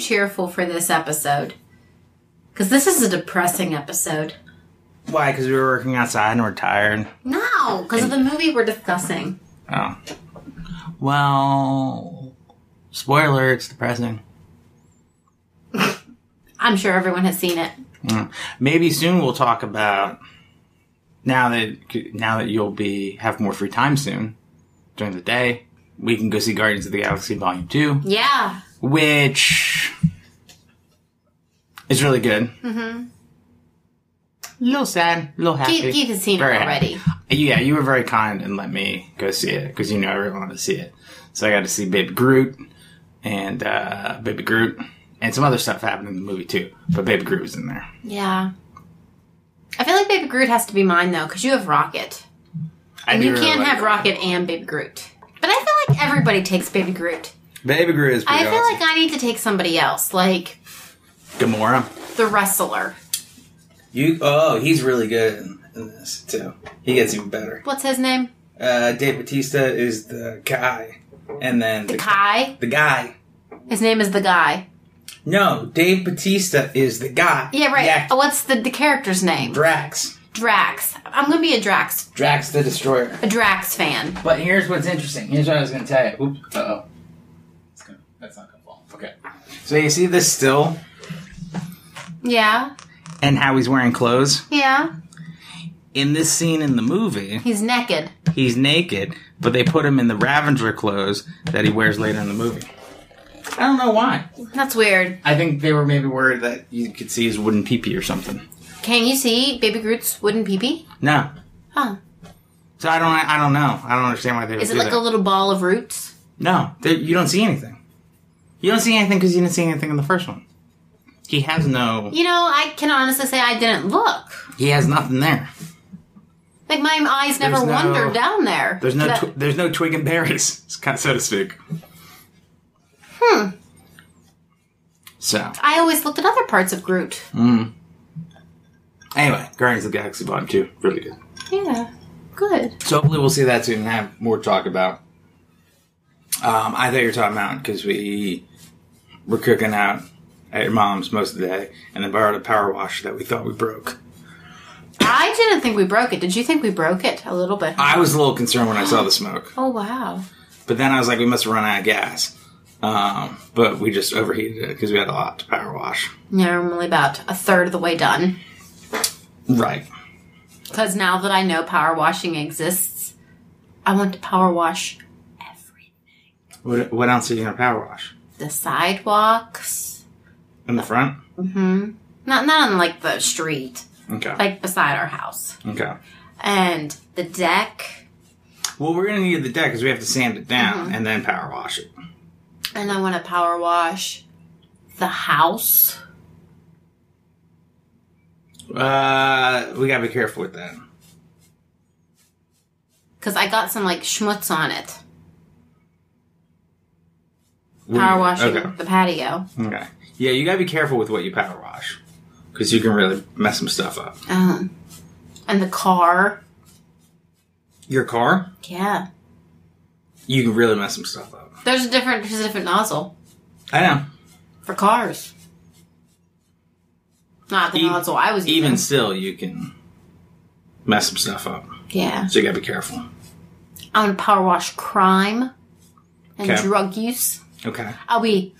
cheerful for this episode because this is a depressing episode. Why? Because we were working outside and we're tired. No, because of the movie we're discussing. Oh. Well, spoiler, it's depressing. I'm sure everyone has seen it. Maybe soon we'll talk about now that now that you'll be have more free time soon during the day. We can go see Guardians of the Galaxy Volume Two, Yeah, which is really good. Mm-hmm. A little sad, a little happy. Keith, Keith has seen Very it happy. already. Yeah, you were very kind and let me go see it because you know I really wanted to see it. So I got to see Baby Groot and uh, Baby Groot and some other stuff happened in the movie too. But Baby Groot was in there. Yeah. I feel like Baby Groot has to be mine though, because you have Rocket. I And do you really can't like have Rocket and Baby Groot. But I feel like everybody takes Baby Groot. Baby Groot is I pretty feel awesome. like I need to take somebody else, like Gamora. the wrestler. You oh, he's really good in, in this too. He gets even better. What's his name? Uh, Dave Batista is the guy, and then The Kai. the guy. His name is the guy. No, Dave Batista is the guy. Yeah, right. Oh, The actor. What's the, the character's name? Drax. Drax. I'm gonna be a Drax Drax the Destroyer. a Drax fan. But here's what's interesting. Here's what I was going to tell you. Oops. Uh oh. That's not going to fall. Okay. So you see this still Yeah, and how he's wearing clothes? yeah. In this scene in the movie, He's naked. he's naked, but they put him in the Ravenger clothes that he wears later in the movie. I don't know why. That's weird. I think they were maybe worried that you could see his wooden peepee or something. Can you see Baby Groot's wooden peepee? No. Huh? So I don't I don't know. I don't understand why they would Is it do like that. a little ball of roots? No, there, you don't see anything. You don't see anything because you didn't see anything in the first one. He has no. You know, I can honestly say I didn't look. He has nothing there. Like my eyes never There's no- wandered down there. There's no That- tw- there's no twig and berries, so to speak. Hmm. So I always looked at other parts of Groot. anyway, Guardians of the Galaxy Volume Two, really good. Yeah. Good. So hopefully we'll see that soon and have more talk about. Um, I thought you were talking about because we were cooking out at your mom's most of the day, and then borrowed a power washer that we thought we broke. I didn't think we broke it. Did you think we broke it? A little bit. I was a little concerned when I saw the smoke, oh wow. but then I was like, we must have run out of gas. Um, but we just overheated it because we had a lot to power wash. Yeah, I'm only about a third of the way done. Right. Because now that I know power washing exists, I want to power wash What, what else are you gonna power wash? the sidewalks. In the front? Not not on like the street, Okay. like beside our house. Okay. And the deck. Well, we're gonna need the deck because we have to sand it down Mm-hmm. and then power wash it. And I want to power wash the house. Uh, we gotta be careful with that. Because I got some like schmutz on it. We- Power washing Okay. the patio. Okay. Yeah, you gotta be careful with what you power wash because you can really mess some stuff up. Um, and the car. Your car, Yeah. you can really mess some stuff up. There's a different there's a different nozzle I know. for cars. Not the E- nozzle I was Even using. still, you can mess some stuff up. Yeah. So you gotta be careful. I want to power wash crime and Okay. drug use. Okay. I'll be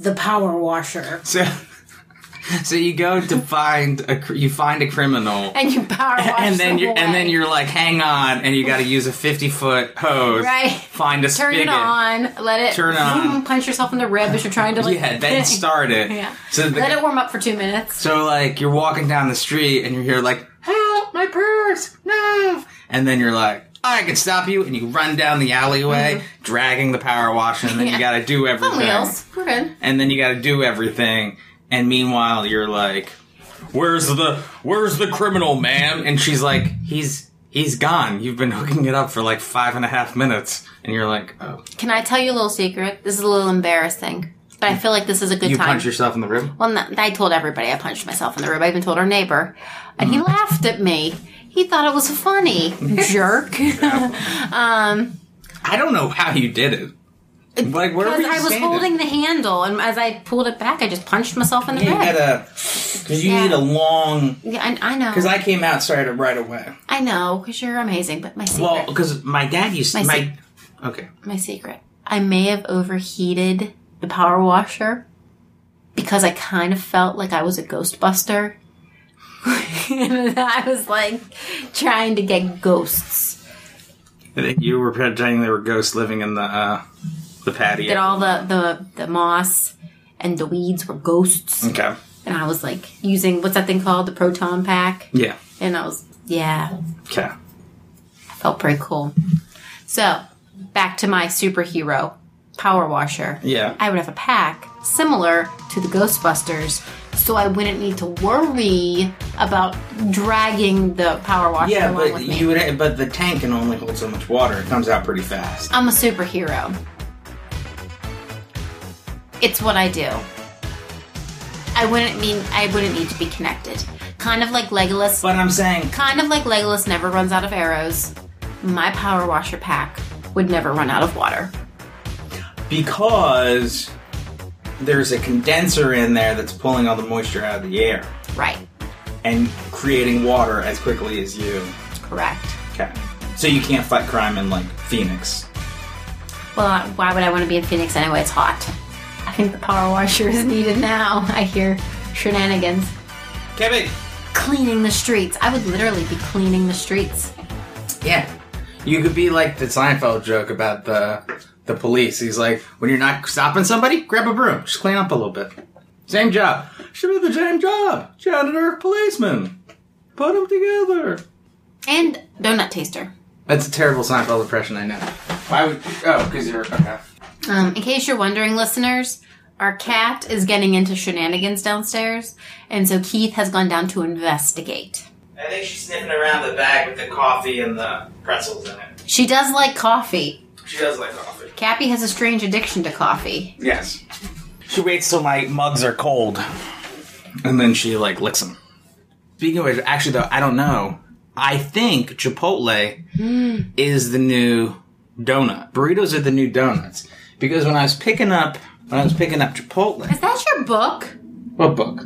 the power washer. So, so you go to find a cr- you find a criminal. And you power wash and then them you're and then away. you're like, hang on, and you got to use a fifty foot hose. Right. Find a turn it spigot. on, let it Turn it on. punch yourself in the rib as you're trying to like Yeah, then start it. Yeah. So the, let it warm up for two minutes. so like you're walking down the street and you're here like, help my purse, no. And then you're like, I can stop you, and you run down the alleyway, dragging the power washer, and then you Mm-hmm. Yeah. got to do everything. On wheels, we're good. and then you got to do everything. And meanwhile, you're like, "Where's the Where's the criminal, ma'am?" And she's like, "He's he's gone. You've been hooking it up for like five and a half minutes." And you're like, "Oh, Can I tell you a little secret? This is a little embarrassing, but I feel like this is a good you time. punch yourself in the rib." Well, no, I told everybody I punched myself in the rib. I even told our neighbor, and Mm-hmm. he laughed at me. He thought it was funny, jerk. I don't know how you did it. Like where were Because you I was standing? holding the handle, and as I pulled it back, I just punched myself in the You back. gotta, because you Yeah. need a long. yeah, I, I know. Because I came out started right away. I know, because you're amazing, but my secret. Well, because my dad used My to. My, se- okay. my secret. I may have overheated the power washer because I kind of felt like I was a Ghostbuster. And I was like trying to get ghosts. That You were pretending there were ghosts living in the uh, the patio. That all the, the, the moss and the weeds were ghosts. okay. And I was like using, what's that thing called? The proton pack. Yeah. And I was, yeah, Okay. I felt pretty cool. So, back to my superhero power washer. Yeah. I would have a pack similar to the Ghostbusters, so I wouldn't need to worry about dragging the power washer Yeah, along but with me. you would. But the tank can only hold so much water. It comes out pretty fast. I'm a superhero. It's what I do. I wouldn't mean I wouldn't need to be connected. Kind of like Legolas. But I'm saying, Kind of like Legolas never runs out of arrows. My power washer pack would never run out of water. because there's a condenser in there that's pulling all the moisture out of the air Right. and creating water as quickly as you Correct. can. So you can't fight crime in like Phoenix. Well, I- why would I want to be in Phoenix anyway? It's hot. I think the power washer is needed now. I hear shenanigans. Kevin. Cleaning the streets. I would literally be cleaning the streets. Yeah. You could be like the Seinfeld joke about the the police. He's like, when you're not stopping somebody, grab a broom, just clean up a little bit. Same job. Should be the same job. Janitor, policeman. Put them together. And donut taster. That's a terrible Seinfeld impression, I know. Why would? Oh, because you're okay. Um, in case you're wondering, listeners, our cat is getting into shenanigans downstairs, and so Keith has gone down to investigate. I think she's sniffing around the bag with the coffee and the pretzels in it. She does like coffee. She does like coffee. Cappy has a strange addiction to coffee. Yes. She waits till my mugs are cold, and then she like licks them. Speaking of which, actually though, I don't know. I think Chipotle Hmm. is the new donut. Burritos are the new donuts because when I was picking up when I was picking up Chipotle, Is that your book? what book?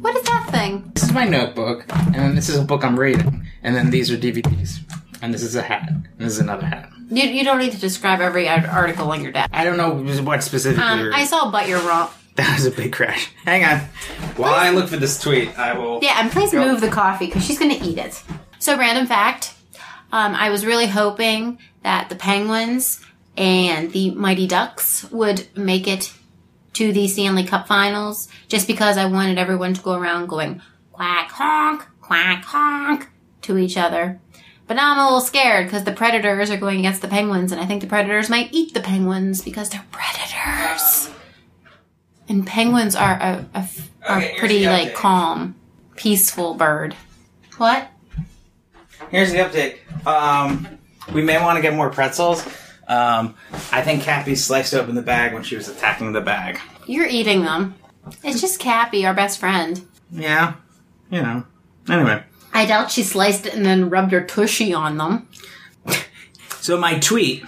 What is that thing? This is my notebook, and then this is a book I'm reading, and then these are DVDs, and this is a hat, and this is another hat. You, you don't need to describe every ar- article on your desk. I don't know what specifically. Um, you're- I saw but you're wrong. that was a big crash. Hang on, while I look for this tweet, I will. Yeah, and please Go. move the coffee because she's going to eat it. So, random fact um, I was really hoping that the Penguins and the Mighty Ducks would make it to the Stanley Cup finals just because I wanted everyone to go around going quack honk, quack honk to each other. But now I'm a little scared because the Predators are going against the Penguins, and I think the Predators might eat the Penguins because they're predators. And penguins are a, a f- are Okay, here's pretty the like update. calm, peaceful bird. What? Here's the update. Um, we may want to get more pretzels. Um, I think Cappy sliced open the bag when she was attacking the bag. You're eating them. It's just Cappy, our best friend. Yeah. You know. Anyway. I doubt she sliced it and then rubbed her tushy on them. So my tweet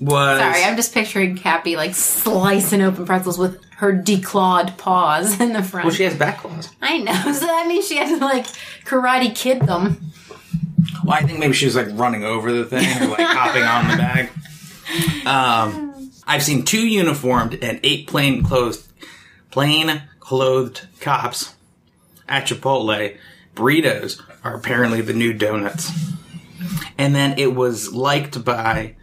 was Sorry, I'm just picturing Cappy like slicing open pretzels with her declawed paws in the front. Well she has back claws. I know, so that means she had to like karate kid them. Well, I think maybe she was like running over the thing or like hopping on the bag. Um I've seen two uniformed and eight plain clothed plain clothed cops at Chipotle. Burritos are apparently the new donuts. And then it was liked by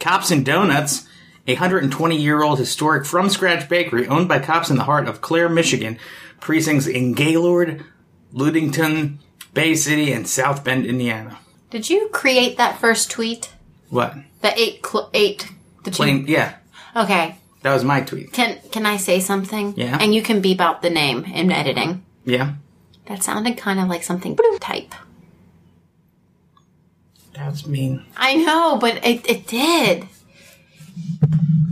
Cops and Donuts, a 120 year old historic from scratch bakery owned by cops in the heart of Clare, Michigan, precincts in Gaylord, Ludington, Bay City, and South Bend, Indiana. Did you create that first tweet? What? The eight, cl- eight, the two. Plain, yeah, Okay, that was my tweet. can can I say something? Yeah. And you can beep out the name in editing. Yeah. That sounded kind of like something type. That's mean. I know, but it, it did.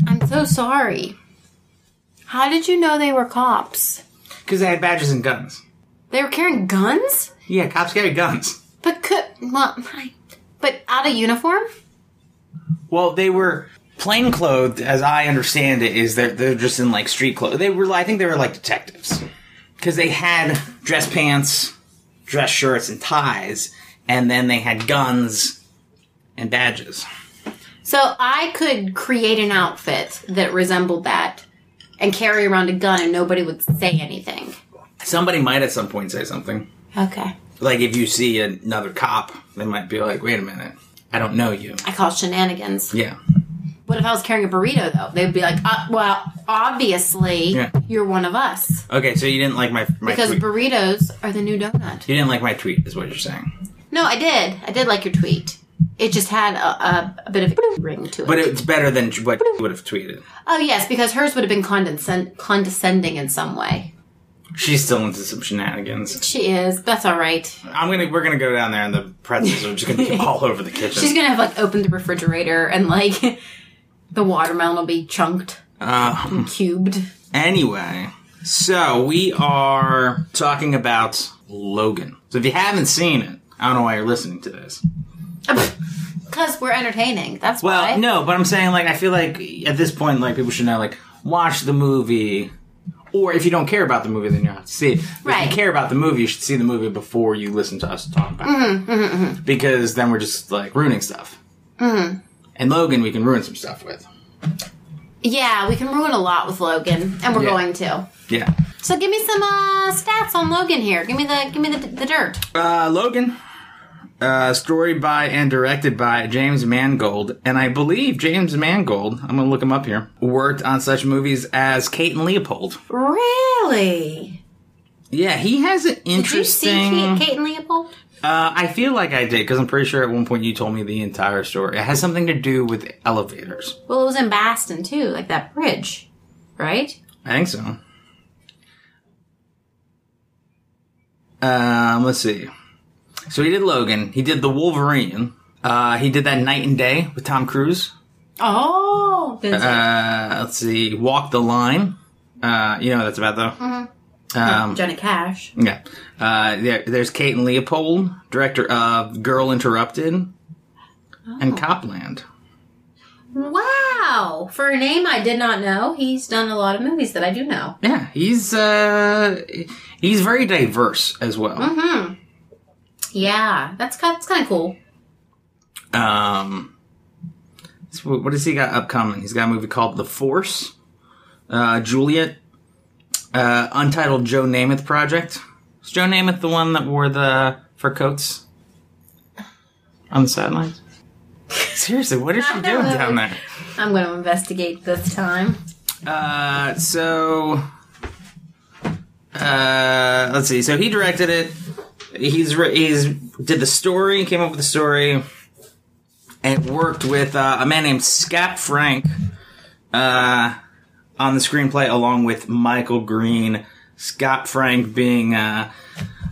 I'm so sorry. How did you know they were cops? Because they had badges and guns. They were carrying guns? Yeah, cops carry guns. But could well, I, but out of uniform? Well, they were plain clothed, as I understand it, is they're they're just in like street clothes. They were, I think, they were like detectives because they had dress pants, dress shirts, and ties, and then they had guns and badges. So I could create an outfit that resembled that and carry around a gun and nobody would say anything. Somebody might at some point say something. Okay. Like if you see another cop, they might be like, "Wait a minute, I don't know you." I call shenanigans. Yeah. What if I was carrying a burrito though? They'd be like, uh, well, obviously Yeah. you're one of us Okay, so you didn't like my my because tweet. burritos are the new donut. you didn't like my tweet, is what you're saying. No, I did. I did like your tweet. It just had a, a, a bit of a ring to it. But it's better than what you would have tweeted. oh yes, because hers would have been condescend- condescending in some way. She's still into some shenanigans. She is. That's all right. I'm gonna we're gonna go down there, and the pretzels are just gonna be all over the kitchen. She's gonna have like opened the refrigerator and like the watermelon will be chunked, Uh, cubed. anyway, so we are talking about Logan. So if you haven't seen it, I don't know why you're listening to this. Because we're entertaining. That's Well, why. no, but I'm saying like I feel like at this point, like people should know like watch the movie. Or if you don't care about the movie, then you don't have to see it. But If Right. you care about the movie, you should see the movie before you listen to us talk about Mm-hmm, it. Because then we're just like ruining stuff. Mm-hmm. And Logan, we can ruin some stuff with. Yeah, we can ruin a lot with Logan, and we're Yeah. going to. Yeah. So give me some uh, stats on Logan here. Give me the give me the, the dirt. Uh, Logan, uh, story by and directed by James Mangold, and I believe James Mangold, I'm gonna look him up here, worked on such movies as Kate and Leopold. Really? Yeah, he has an Did you see interesting. Kate, Kate and Leopold? Uh, I feel like I did because I'm pretty sure at one point you told me the entire story. It has something to do with elevators. Well, it was in Baston too, like that bridge, right? I think so. Um, let's see. So he did Logan. He did The Wolverine. Uh, he did that Night and Day with Tom Cruise. Oh, that's Uh, let's see. Walk the Line. Uh, you know what that's about though. Um, Johnny Cash. yeah. Uh, there, there's Kate and Leopold, director of Girl Interrupted, and Copland. Wow, for a name I did not know, he's done a lot of movies that I do know. Yeah, he's uh he's very diverse as well. Hmm. Yeah, that's kind. That's kind of cool. Um, so what what has he got upcoming? He's got a movie called The Force, uh, Juliet, uh, Untitled Joe Namath Project. Is Joe Namath the one that wore the fur coats on the sidelines? Seriously, what is she doing down there? I'm going to investigate this time. Uh, so uh, let's see. So he directed it. He's re- he's did the story, came up with the story, and worked with uh, a man named Scott Frank uh, on the screenplay, along with Michael Green. Scott Frank being uh,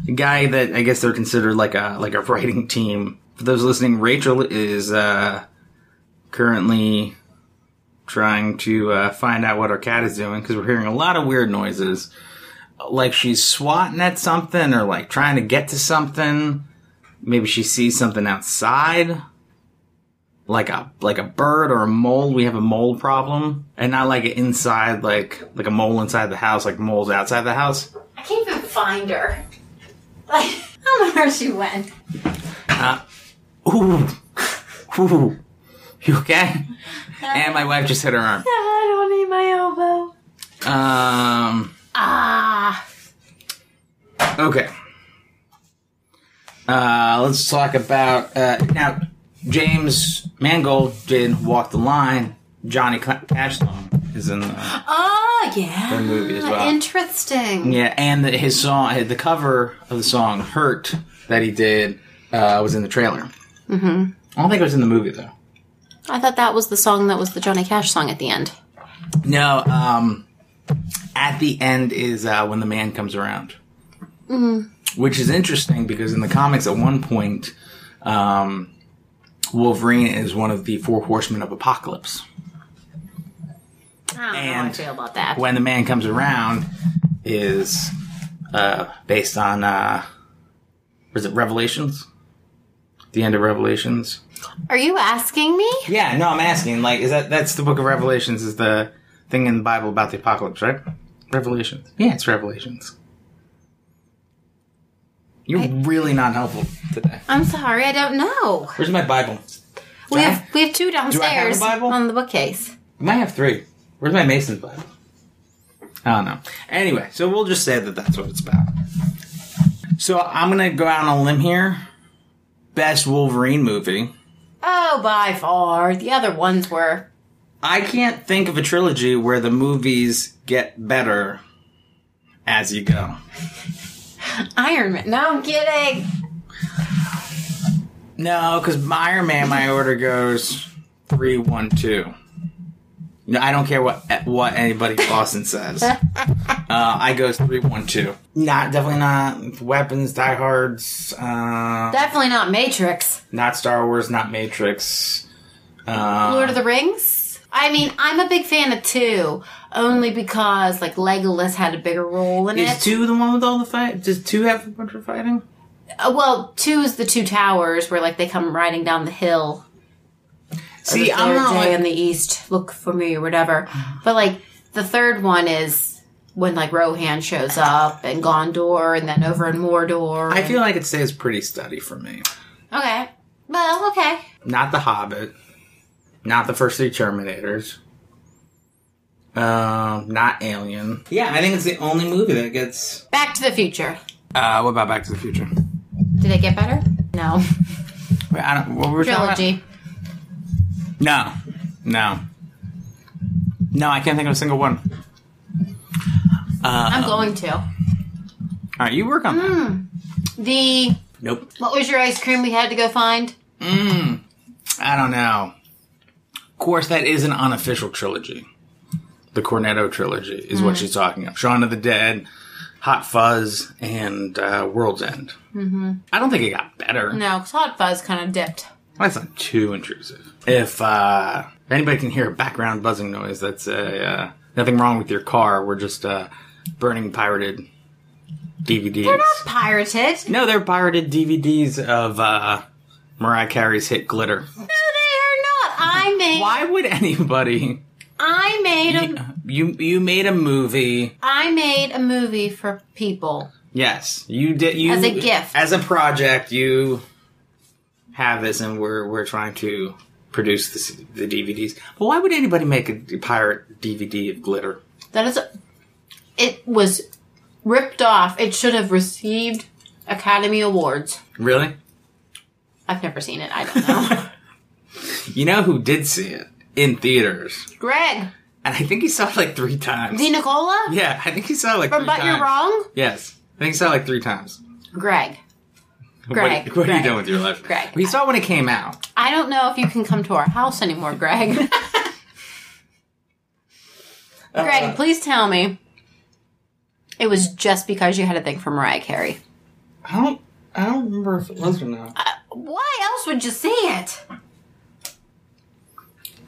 a guy that I guess they're considered like a like a writing team. For those listening, Rachel is uh, currently trying to uh, find out what our cat is doing because we're hearing a lot of weird noises. Like she's swatting at something or like trying to get to something. Maybe she sees something outside. Like a like a bird or a mole. We have a mole problem. And not like an inside like like a mole inside the house, like moles outside the house. I can't even find her. Like, I don't know where she went. Uh, Ooh. Ooh. You okay? And my wife just hit her arm. I don't need my elbow. Um Ah, Okay. Uh, let's talk about uh, now. James Mangold did Walk the Line. Johnny Cla- Cash song is in the oh yeah. The movie as well. Interesting. yeah, and the, his song, the cover of the song "Hurt" that he did uh, was in the trailer. Mm-hmm. I don't think it was in the movie though. I thought that was the song that was the Johnny Cash song at the end. No. Um, at the end is uh, when the man comes around, which is interesting because in the comics, at one point, um, Wolverine is one of the four horsemen of apocalypse. I don't know how I And- feel about that. When the man comes around is uh, based on uh, was it Revelations? the end of Revelations. Are you asking me? Yeah, no, I'm asking. Like, is that that's the book of Revelations? Is the thing in the Bible about the apocalypse, right? Revelations. Yeah, it's Revelations. You're really not helpful today. I'm sorry, I don't know. Where's my Bible? We have we have two I have a downstairs Bible? on the bookcase. I might have three. Where's my Mason's Bible? I don't know. Anyway, so we'll just say that that's what it's about. So I'm gonna go out on a limb here. Best Wolverine movie. Oh, by far. The other ones were. I can't think of a trilogy where the movies get better as you go. Iron Man. No, I'm kidding. No, because Iron Man, my order goes three, one, two. No, I don't care what what anybody in Boston says. Uh, I goes three, one, two. Not definitely not weapons, diehards, uh, Definitely not Matrix. not Star Wars, not Matrix. Uh, Lord of the Rings? I mean, I'm a big fan of two, only because, like, Legolas had a bigger role in is it. two the one with all the fight? Does two have a bunch of fighting? Uh, well, two is the two towers where, like, they come riding down the hill. or See, the I'm third not day like in the east, look for me or whatever. But like the third one is when like Rohan shows up and Gondor and then over in Mordor. I feel like it stays pretty steady for me. okay. Well, okay. Not the Hobbit. Not the first three Terminators. Um, not Alien. Yeah, I think it's the only movie that gets. Back to the Future. Uh, what about Back to the Future? Did it get better? No. Wait, I don't. What were we talking Trilogy. about? No, no, no. I can't think of a single one. I'm going to. All right, you work on Hmm. that. The Nope. what was your ice cream we had to go find? I don't know. Of course, that is an unofficial trilogy. The Cornetto trilogy is Hmm. what she's talking of. Shaun of the Dead, Hot Fuzz, and uh, World's End. Mm-hmm. I don't think it got better. No, 'cause Hot Fuzz kind of dipped. That's not too intrusive. If, uh, if anybody can hear a background buzzing noise, that's a, uh, nothing wrong with your car. We're just uh, burning pirated DVDs. Pirated. no, they're pirated DVDs of uh, Mariah Carey's hit Glitter. No, they are not. I made. Why would anybody I made a. You you made a movie. I made a movie for people. Yes, you did. You As a gift. as a project. You have this, and we're we're trying to produce this, the DVDs. But why would anybody make a pirate DVD of glitter? That is, it was ripped off. It should have received Academy Awards. Really? I've never seen it. I don't know. You know who did see it in theaters, Greg, and I think he saw it like three times. the Nicola yeah, I think he saw it like. from three But times. You're Wrong. Yes, I think he saw it like three times. Greg, Greg, what, what are you Greg. doing with your life, Greg. He saw it when it came out. I don't know if you can come to our house anymore, Greg. Greg, please tell me it was just because you had a thing for Mariah Carey. I don't. I don't remember if it was or not. Why else would you see it?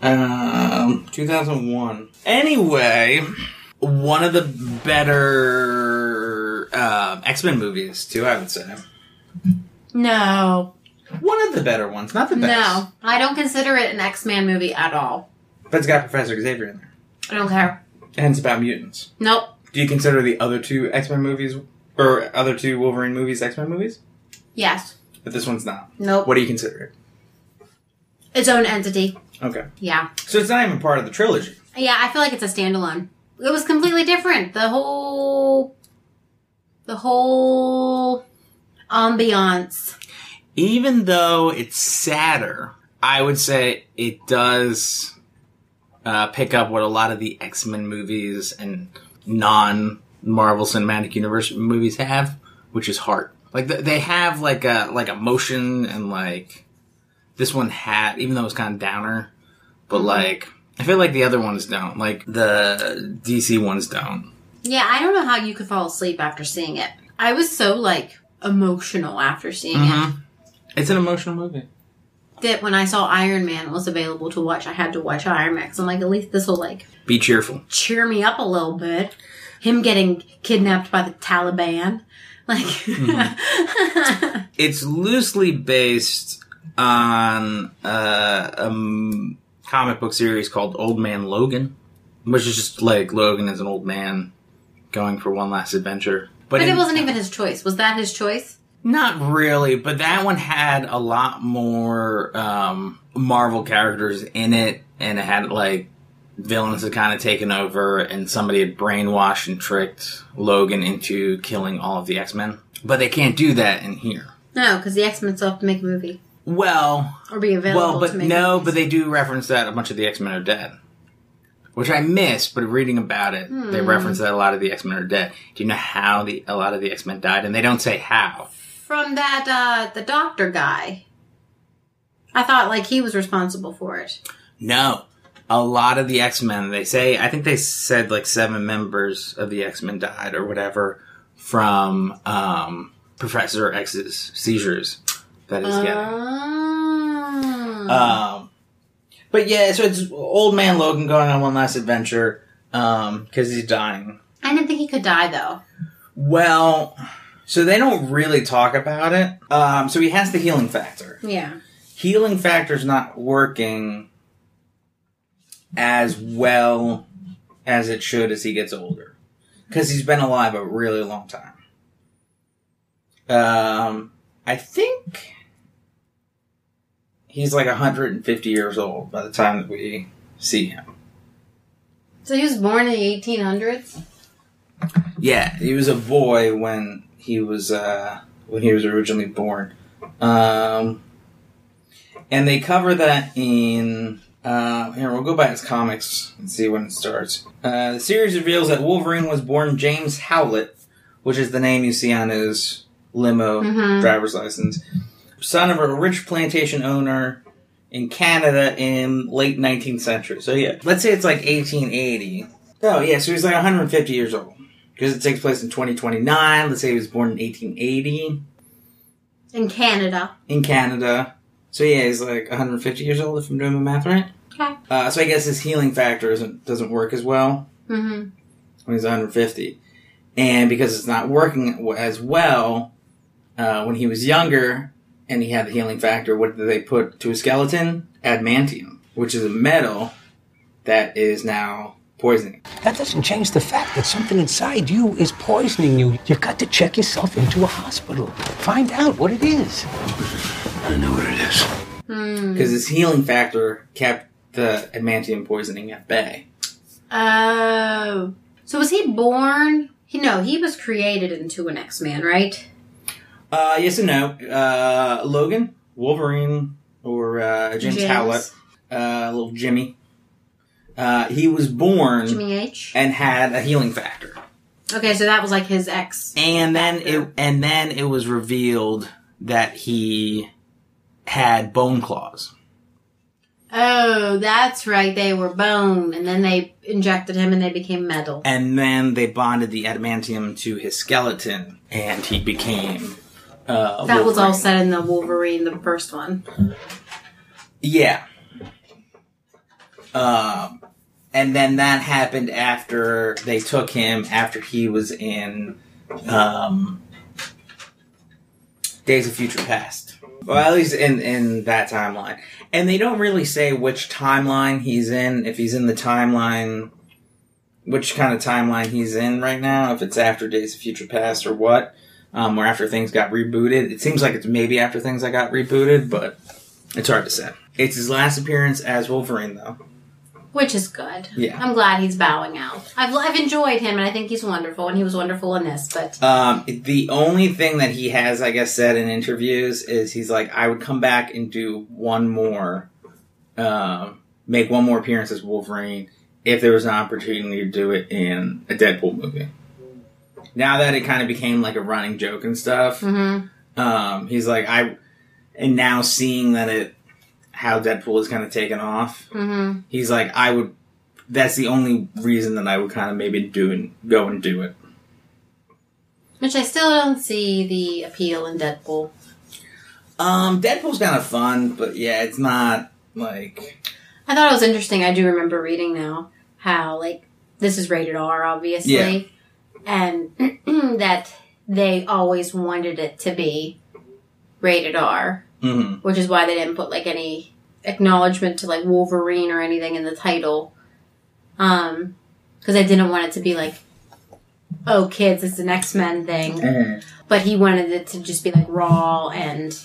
Um, 2001. Anyway, one of the better uh, X Men movies, too, I would say. No, One of the better ones, not the best. no, I don't consider it an X Man movie at all. But it's got Professor Xavier in there. I don't care. And it's about mutants. Nope. Do you consider the other two X Men movies, or other two Wolverine movies, X Men movies? Yes. But this one's not. Nope. What do you consider Its own entity. it? Okay. Yeah. So it's not even part of the trilogy. Yeah, I feel like it's a standalone. It was completely different. The whole the whole ambiance. even though it's sadder, I would say it does uh, pick up what a lot of the X Men movies and non Marvel Cinematic Universe movies have, which is heart. Like th- they have like a like emotion and like this one had, even though it's kind of downer, but like I feel like the other ones don't. Like the DC ones don't. Yeah, I don't know how you could fall asleep after seeing it. I was so like emotional after seeing It's an emotional movie. it that when I saw Iron Man was available to watch, I had to watch Iron Man. 'cause I'm like, at least this will like Be cheerful. cheer me up a little bit. Him getting kidnapped by the Taliban, like it's loosely based on uh, a m- comic book series called Old Man Logan, which is just like Logan is an old man going for one last adventure. But it in- wasn't even his choice. Was that his choice? not really, but that one had a lot more um, Marvel characters in it, and it had like villains had kind of taken over, and somebody had brainwashed and tricked Logan into killing all of the X Men. But they can't do that in here. No, because the X Men still have to make a movie Well, or be available. well, but to make no, movies. but they do reference that a bunch of the X Men are dead, which I missed. But reading about it, Hmm. they reference that a lot of the X Men are dead. Do you know how the a lot of the X Men died? And they don't say how. from that uh the doctor guy, I thought like he was responsible for it. No. A lot of the X Men, they say, I think they said like seven members of the X Men died or whatever from um, Professor X's seizures that he's getting. Oh. Um, but yeah, so it's Old Man Logan going on one last adventure because he's dying. I didn't think he could die though. Well, so they don't really talk about it. Um, so he has the healing factor. Yeah. healing factor's not working as well as it should as he gets older because he's been alive a really long time um i think he's like 150 years old by the time that we see him So he was born in the 1800s. yeah he was a boy when he was uh when he was originally born um and they cover that in uh, here we'll go by its comics and see when it starts. Uh, the series reveals that Wolverine was born James Howlett, which is the name you see on his limo Mhm. driver's license, son of a rich plantation owner in Canada in late 19th century. So yeah, let's say it's like 1880. Oh yeah, so he's like 150 years old because it takes place in 2029. Let's say he was born in 1880 In Canada. in Canada. So yeah, he's like 150 years old if I'm doing my math right. Okay. Uh, so I guess his healing factor isn't, doesn't work as well Mm-hmm. when he's 150, and because it's not working as well uh, when he was younger and he had the healing factor, what did they put to his skeleton? Adamantium, which is a metal that is now poisoning. That doesn't change the fact that something inside you is poisoning you. You've got to check yourself into a hospital. Find out what it is. I know what it is. Hmm. because his healing factor kept the adamantium poisoning at bay. Oh. So was he born? He no, he was created into an X Man, right? Uh, yes and no. Uh, Logan, Wolverine, or uh, James, James. Howlett, uh, little Jimmy. Uh, he was born Jimmy H. and had a healing factor, Okay, so that was like his ex. and then it and then it was revealed that he had bone claws. Oh, that's right. They were bone, and then they injected him, and they became metal. and then they bonded the adamantium to his skeleton, and he became. Uh, That was all Wolverine. said in the Wolverine, the first one. Yeah. Um, and then that happened after they took him after he was in um, Days of Future Past. Well, at least in in that timeline, and they don't really say which timeline he's in. If he's in the timeline, which kind of timeline he's in right now? If it's after Days of Future Past or what, um, or after things got rebooted. It seems like it's maybe after things that got rebooted, but it's hard to say. It's his last appearance as Wolverine, though. Which is good. Yeah. I'm glad he's bowing out. I've, I've enjoyed him, and I think he's wonderful, and he was wonderful in this, but. Um, the only thing that he has, I guess, said in interviews is he's like, I would come back and do one more, um, make one more appearance as Wolverine if there was an opportunity to do it in a Deadpool movie. Now that it kind of became like a running joke and stuff, hmm um, he's like, I, and now seeing that it, how Deadpool is kind of taken off, hmm he's like i would that's the only reason that i would kind of maybe do and go and do it Which I still don't see the appeal in Deadpool. um deadpool's kind of fun but yeah it's not like I thought it was interesting. I do remember reading now how, like, this is rated R, obviously, Yeah. and that they always wanted it to be rated R. mm-hmm. which is why they didn't put like any acknowledgement to like Wolverine or anything in the title, um, because I didn't want it to be like, oh, kids, it's an X Men thing, but he wanted it to just be like raw and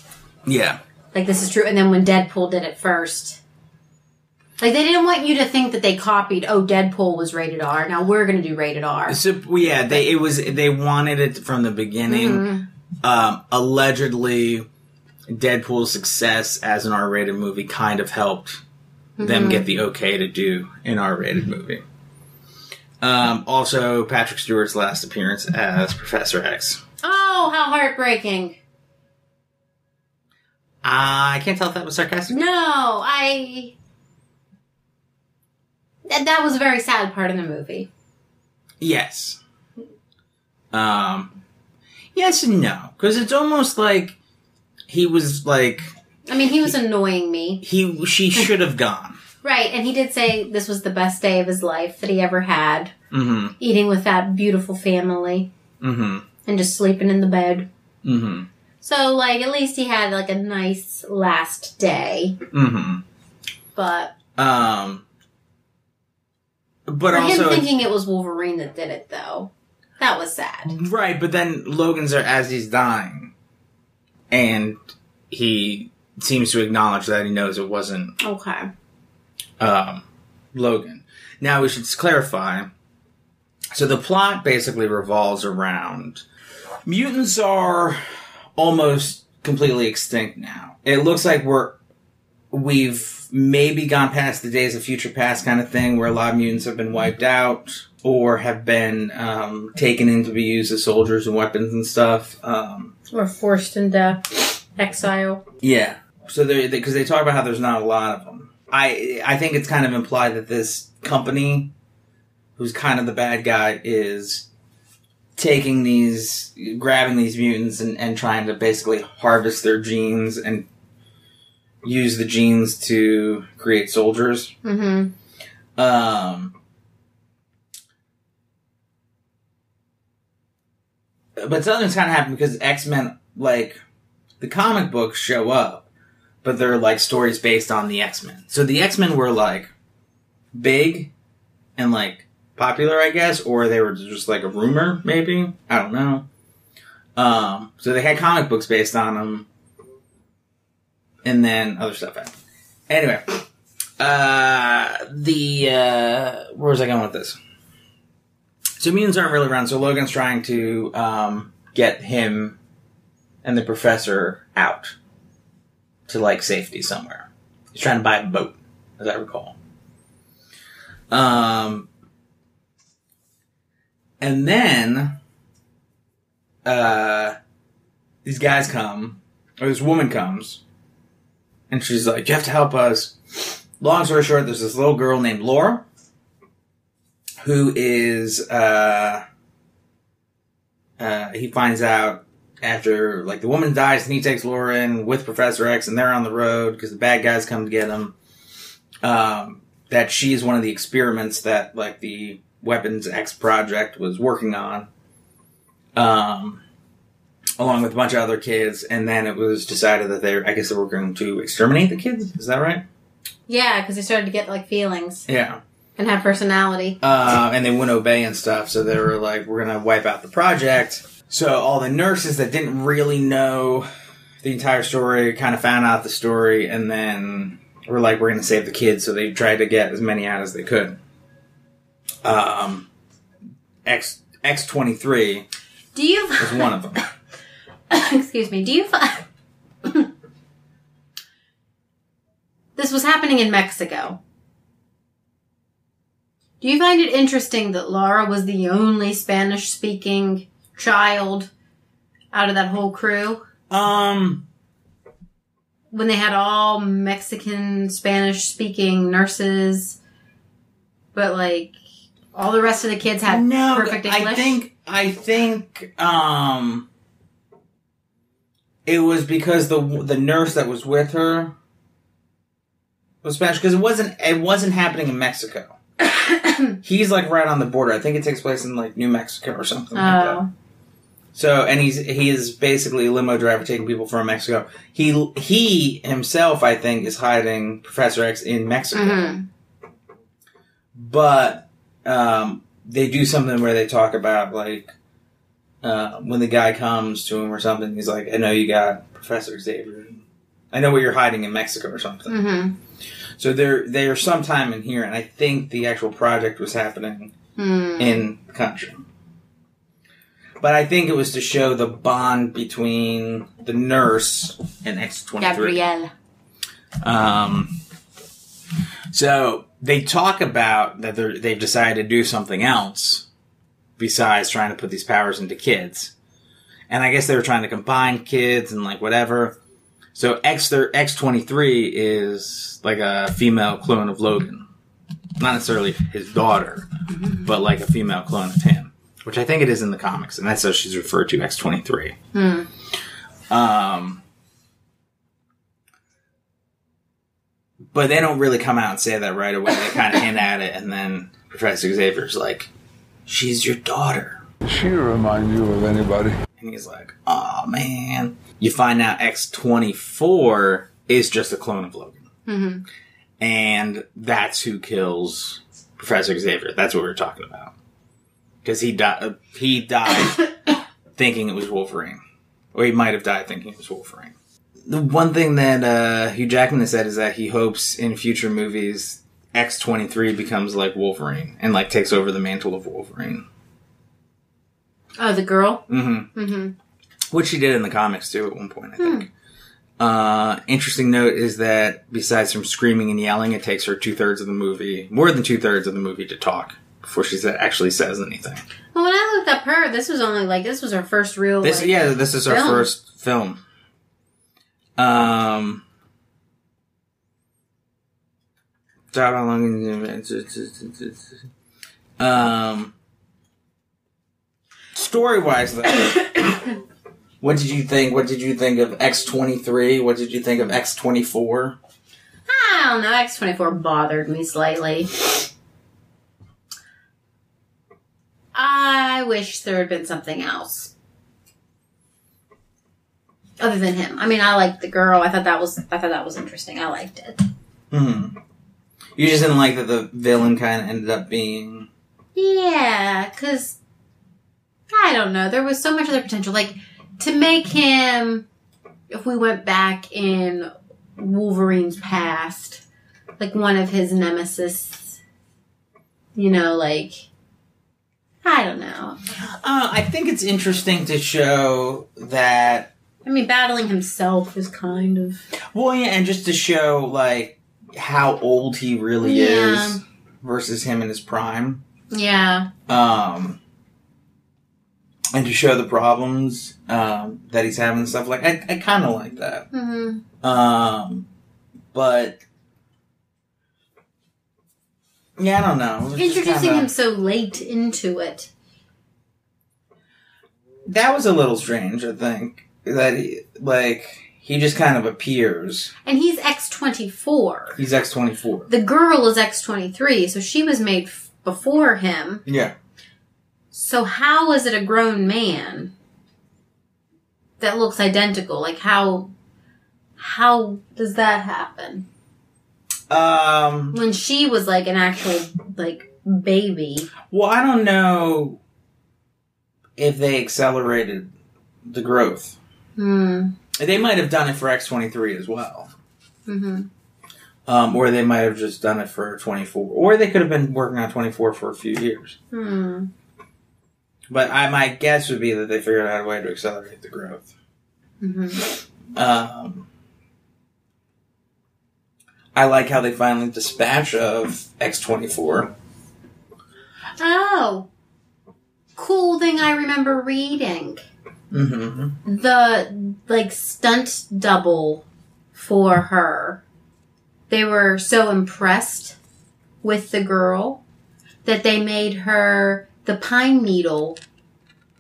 Yeah. like this is true. And then when Deadpool did it first. Like they didn't want you to think that they copied. Oh, Deadpool was rated R. Now we're going to do rated R. So yeah, they it was they wanted it from the beginning. Um, allegedly, Deadpool's success as an R-rated movie kind of helped them get the okay to do an R-rated movie. Um, also, Patrick Stewart's last appearance as Professor X. Oh, how heartbreaking! I can't tell if that was sarcastic. No, I. That, that was a very sad part of the movie. Yes. Um, yes and no, because it's almost like he was like I mean, he was annoying me. he she should have gone. Right, and he did say this was the best day of his life that he ever had, Mm-hmm. eating with that beautiful family Mm-hmm. and just sleeping in the bed. Mm-hmm. So, like, at least he had, like, a nice last day. Mm-hmm. But Um. But for also, him thinking it was Wolverine that did it, though, that was sad. right? But then Logan's there as he's dying, and he seems to acknowledge that he knows it wasn't Okay. um, Logan. Now we should clarify. So the plot basically revolves around mutants are almost completely extinct now. It looks like we're we've maybe gone past the days of future past kind of thing where a lot of mutants have been wiped out or have been um, taken in to be used as soldiers and weapons and stuff. Um, We're forced into exile. yeah. So they because they talk about how there's not a lot of them. I I think it's kind of implied that this company, who's kind of the bad guy, is taking these, grabbing these mutants and, and trying to basically harvest their genes and use the genes to create soldiers. Mm-hmm. Um, but something's kind of happened because X Men, like, the comic books show up, but they're like stories based on the X Men. So the X Men were like big and like popular, I guess, or they were just like a rumor, maybe. I don't know. Um, so they had comic books based on them, and then other stuff happened. Anyway, uh, the uh, where was I going with this? So mutants aren't really around. So Logan's trying to um, get him and the professor out to like safety somewhere. He's trying to buy a boat, as I recall. Um, and then uh, these guys come, or this woman comes, and she's like, "You have to help us." long story short, there's this little girl named Laura who is uh, uh, he finds out after like the woman dies and he takes Laura in with Professor X and they're on the road because the bad guys come to get him. Um, that she's one of the experiments that like the Weapons X project was working on. Um along with a bunch of other kids and then it was decided that they I guess they were going to exterminate the kids, is that right? Yeah, because they started to get, like, feelings Yeah. and have personality. uh, and they wouldn't obey and stuff. So they were like, "We're gonna wipe out the project." So all the nurses that didn't really know the entire story kind of found out the story, and then were like, "We're gonna save the kids." So they tried to get as many out as they could. Um, X X twenty three Do you. was one of them. excuse me, do you find this was happening in Mexico? Do you find it interesting that Laura was the only Spanish speaking child out of that whole crew Um, when they had all Mexican Spanish speaking nurses? But like all the rest of the kids had no, perfect English. I think I think um, it was because the the nurse that was with her was Spanish because it wasn't it wasn't happening in Mexico. He's like right on the border. I think it takes place in like New Mexico or something like that. Oh. So, and he's he is basically a limo driver taking people from Mexico. He he himself, I think, is hiding Professor X in Mexico. But um, they do something where they talk about like uh, when the guy comes to him or something. He's like, "I know you got Professor Xavier. I know where you're hiding in Mexico or something." Mm-hmm. So they're they're sometime in here, and I think the actual project was happening in the country. But I think it was to show the bond between the nurse and X twenty three. Gabrielle. Um, So they talk about that they're, they've decided to do something else besides trying to put these powers into kids. And I guess they were trying to combine kids and like whatever. So X X twenty three is like a female clone of Logan, not necessarily his daughter, but like a female clone of him, which I think it is in the comics, and that's how she's referred to X twenty three. Um, but they don't really come out and say that right away. They kind of hint at it, and then Professor Xavier's like, "She's your daughter," She remind you of anybody. and he's like, "Oh man!" You find out X twenty four is just a clone of Logan, and that's who kills Professor Xavier. That's what we were talking about because he died. He died thinking it was Wolverine, or he might have died thinking it was Wolverine. The one thing that uh, Hugh Jackman has said is that he hopes in future movies X twenty three becomes like Wolverine and like takes over the mantle of Wolverine. Oh, the girl. which she did in the comics too at one point, I think. Uh, interesting note is that besides from screaming and yelling, it takes her two thirds of the movie, more than two thirds of the movie, to talk before she sa- actually says anything. Well, when I looked up her, this was only like this was her first real. This, like- yeah, this is her film. first film. Um. Um. story wise, though, what did you think? What did you think of X twenty three? What did you think of X twenty four? I don't know. X twenty four bothered me slightly. I wish there had been something else other than him. I mean, I liked the girl. I thought that was I thought that was interesting. I liked it. Hmm. You just didn't like that the villain kind of ended up being. Yeah, because I don't know. There was so much other potential. Like, to make him, if we went back in Wolverine's past, like one of his nemesis, you know, like, I don't know. Uh, I think it's interesting to show that I mean, battling himself is kind of. Well, yeah, and just to show like how old he really Yeah. is versus him in his prime, Yeah. um, and to show the problems um, that he's having and stuff. Like, I, I kind of like that, hmm um, but yeah, I don't know. It was just Introducing kinda- him so late into it. that was a little strange. I think that he, like he just kind of appears. And he's X24. He's X twenty four. The girl is X23, so she was made f- before him. Yeah, So how is it a grown man that looks identical? Like how how does that happen? um, When she was like an actual like baby. Well, I don't know if they accelerated the growth. Hmm. They might have done it for X twenty three as well, Mhm. um, or they might have just done it for twenty four, or they could have been working on twenty four for a few years. Hmm. But I, my guess would be that they figured out a way to accelerate the growth. Mhm. Um, I like how they finally dispatch of X twenty four. Oh. Cool thing I remember reading. Mm-hmm. the like stunt double for her they were so impressed with the girl that they made her the pine needle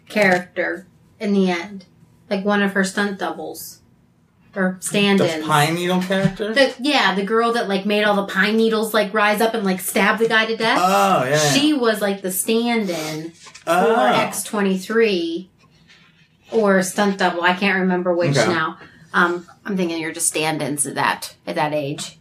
character in the end like one of her stunt doubles or The stand-ins pine needle character. The- yeah the girl that like made all the pine needles like rise up and like stab the guy to death oh yeah, she was like the stand-in for oh. X23 or stunt double. I can't remember which Okay. now. Um, I'm thinking you're just stand-ins at that at that age,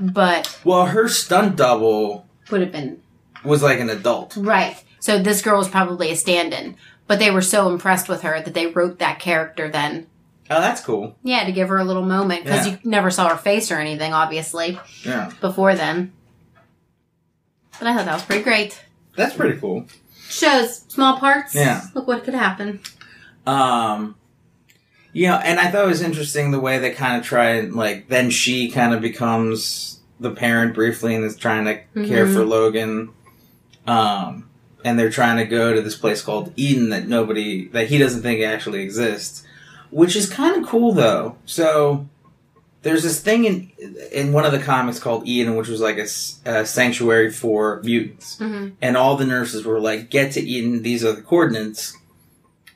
but Well, her stunt double would have been was like an adult. right. So this girl was probably a stand-in, but they were so impressed with her that they wrote that character then. Oh, that's cool. Yeah, to give her a little moment because Yeah. you never saw her face or anything, obviously, Yeah, before then. But I thought that was pretty great. that's pretty cool. Shows small parts. Yeah. Look what could happen. Um, you know, and I thought it was interesting the way they kind of try and like then she kind of becomes the parent briefly and is trying to care for Logan. Um, and they're trying to go to this place called Eden that nobody that he doesn't think actually exists, which is kind of cool though. So there's this thing in in one of the comics called Eden, which was like a, s- a sanctuary for mutants, Mm-hmm. and all the nurses were like, "Get to Eden. These are the coordinates."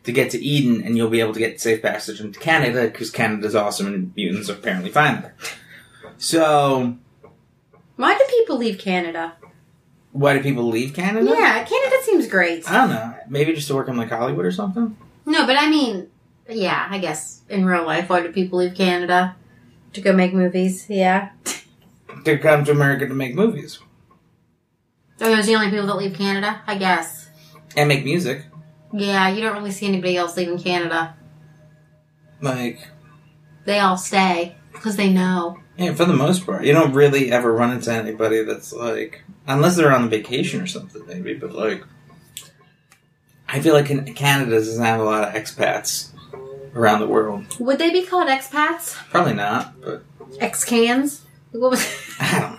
to get to Eden, and you'll be able to get safe passage into Canada because Canada's awesome and mutants are apparently fine there. So, Why do people leave Canada? why do people leave Canada? Yeah, Canada seems great. I don't know. Maybe just to work in like Hollywood or something. No, but I mean, yeah, I guess in real life, why do people leave Canada to go make movies? Yeah. To come to America to make movies Are those the only people that leave Canada? I guess. and make music. Yeah, you don't really see anybody else leaving Canada. Like, They all stay because they know. yeah, for the most part, you don't really ever run into anybody that's like, unless they're on vacation or something, maybe. But like, I feel like in- Canada doesn't have a lot of expats around the world. Would they be called expats? Probably not, but Ex cans? What was I don't know.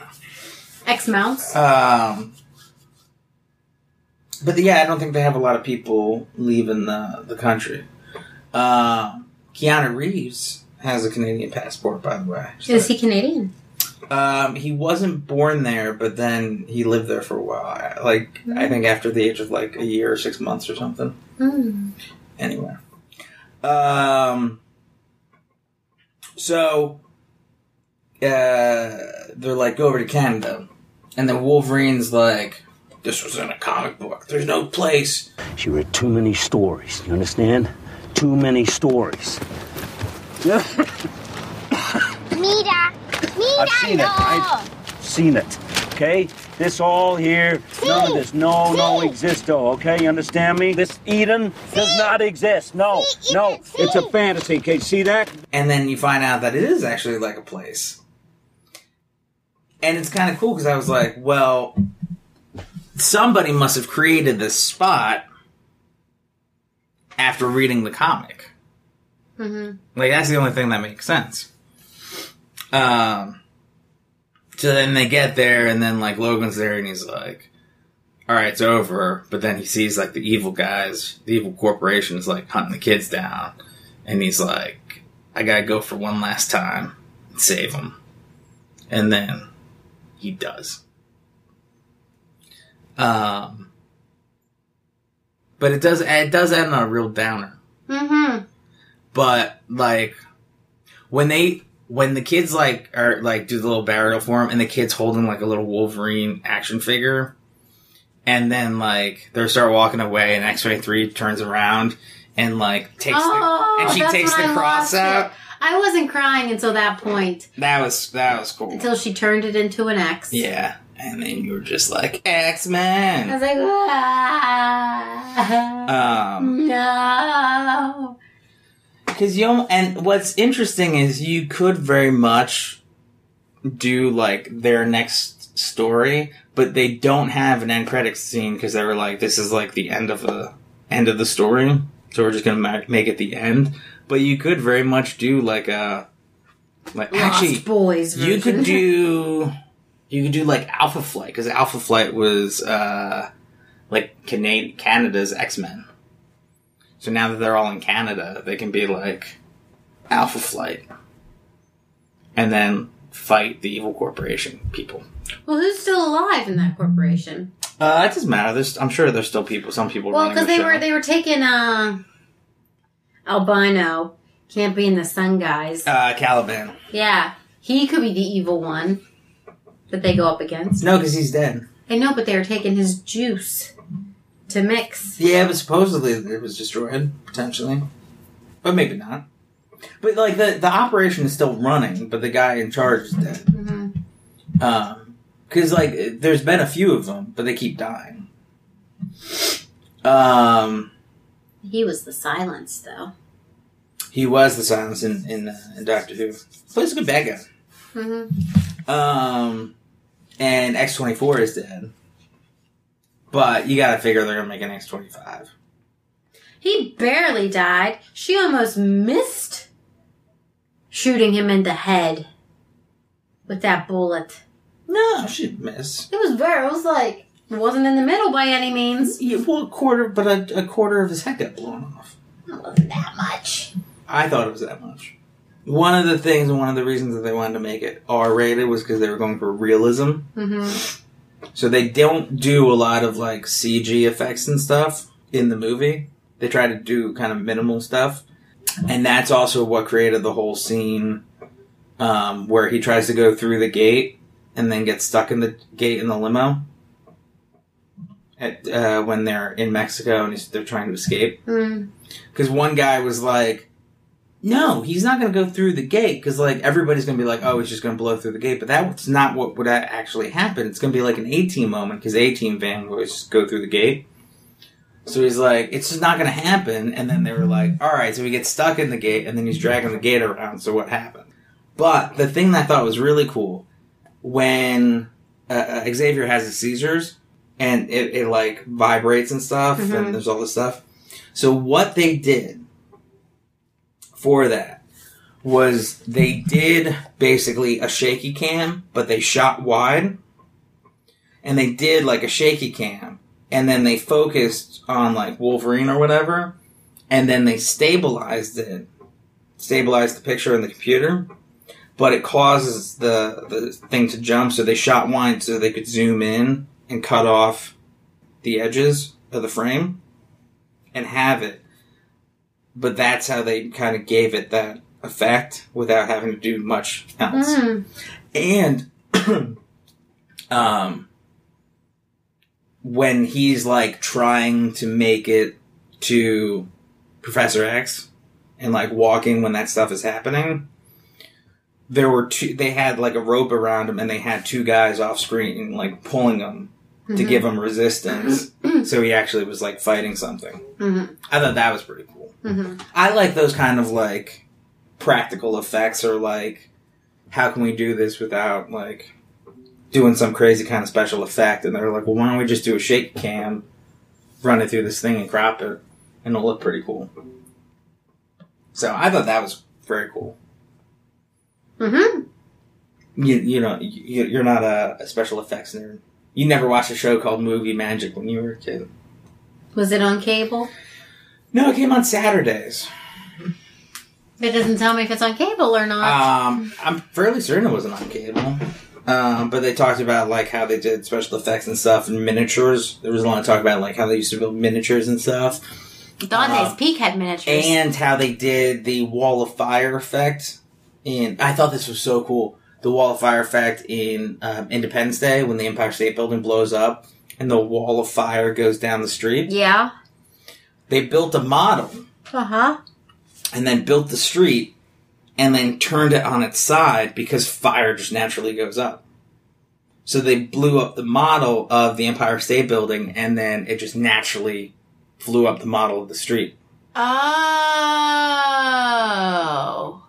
ex mounts? Um, but yeah, I don't think they have a lot of people leaving the the country. Uh, Keanu Reeves has a Canadian passport, by the way. So, Is he Canadian? um, he wasn't born there, but then he lived there for a while. I- Like I think after the age of like a year or six months or something. Hmm. Anyway, um, so uh, they're like, go over to Canada, and then Wolverine's like, this was in a comic book. There's no place. She read too many stories, you understand? Too many stories. Mira, mira, I've seen no. it. I've seen it. Okay? This all here, none of this no, no See. existo, okay? You understand me? This Eden does not exist. No, See, no. Eden, It's a see. fantasy. Okay, see that? And then you find out that it is actually like a place. And it's kind of cool because I was like, well, somebody must have created this spot after reading the comic. Mm-hmm. Like, that's the only thing that makes sense. Um, so then they get there, and then, like, Logan's there, and he's like, all right, it's over. But then he sees, like, the evil guys, the evil corporation is, like, hunting the kids down. And he's like, I gotta go for one last time and save him. And then he does. Um, but it does it does end on a real downer. Mm But like when they when the kids like are like do the little burial for him and the kids holding like a little Wolverine action figure and then like they start walking away and X-ray 3 turns around and like takes Oh, the, and she that's takes when the I cross lost it. out I wasn't crying until that point, That was that was cool. until she turned it into an X. Yeah, and then you were just like X I Men. was like, ah. Um, No. because you al- and what's interesting is you could very much do like their next story, but they don't have an end credits scene because they were like, this is like the end of the end of the story, so we're just gonna ma- make it the end. But you could very much do like a like actually Lost boys. You could version. do, you could do like Alpha Flight because Alpha Flight was uh, like Cana- Canada's X Men. So now that they're all in Canada, they can be like Alpha Flight, and then fight the evil corporation people. Well, who's still alive in that corporation? Uh, it doesn't matter. There's, I'm sure there's still people. Some people. Well, running because the they show. were they were taking uh, albino. Can't be in the sun, guys. Uh, Caliban. Yeah, he could be the evil one that they go up against. No, because he's dead. I know, but they were taking his juice to mix. Yeah, but supposedly it was destroyed potentially, but maybe not. But like the the operation is still running, but the guy in charge is dead. Mm-hmm. Because like there's been a few of them, but they keep dying. Um, He was the silence, though. he was the silence in in, uh, in Doctor Who. Plays a good bad guy. Mm-hmm. Um, and X twenty four is dead. But you gotta figure they're gonna make an X twenty five. He barely died. She almost missed shooting him in the head with that bullet. No, she'd miss. It was very, it was like, it wasn't in the middle by any means. Yeah, well, a quarter, but a, a quarter of his head got blown off. It wasn't that much. I thought it was that much. One of the things, and one of the reasons that they wanted to make it R rated was because they were going for realism. Mm-hmm. So they don't do a lot of like CG effects and stuff in the movie. They try to do kind of minimal stuff, and that's also what created the whole scene um, where he tries to go through the gate and then gets stuck in the gate in the limo. At, uh, when they're in Mexico and he's, they're trying to escape, Mm. because one guy was like, "No, he's not going to go through the gate." Because like everybody's going to be like, "Oh, he's just going to blow through the gate," but that's not what would a- actually happen. It's going to be like an A team moment because A team van would just go through the gate. So he's like, "It's just not going to happen." And then they were like, "All right," so he gets stuck in the gate, and then he's dragging the gate around. So what happened? But the thing that I thought was really cool when uh, uh, Xavier has his seizures and it, it like vibrates and stuff, and there's all this stuff. So what they did for that was they did basically a shaky cam, but they shot wide, and they did like a shaky cam, and then they focused on like Wolverine or whatever, and then they stabilized it, stabilized the picture in the computer, but it causes the the thing to jump. So they shot wide so they could zoom in and cut off the edges of the frame and have it. But that's how they kind of gave it that effect without having to do much else. Mm. And um when he's like trying to make it to Professor X and like walking when that stuff is happening, there were two they had like a rope around him and they had two guys off screen like pulling him to give him resistance. so he actually was like fighting something. Mhm. I thought that was pretty cool. Mhm. I like those kind of like practical effects or like how can we do this without like doing some crazy kind of special effect and they're like well why don't we just do a shake cam run it through this thing and crop it and it'll look pretty cool so i thought that was very cool Mhm. you, you know you, you're not a, a special effects nerd you never watched a show called movie magic when you were a kid Was it on cable? no it came on saturdays It doesn't tell me if it's on cable or not. Um, I'm fairly certain it wasn't on cable. Um, but they talked about like how they did special effects and stuff and miniatures. There was a lot of talk about like how they used to build miniatures and stuff, Dante's uh, Peak had miniatures. and how they did the wall of fire effect. And I thought this was so cool. The wall of fire effect in um, Independence Day when the Empire State Building blows up and the wall of fire goes down the street. yeah. They built a model Uh huh. and then built the street and then turned it on its side because fire just naturally goes up. So they blew up the model of the Empire State Building and then it just naturally flew up the model of the street. Oh.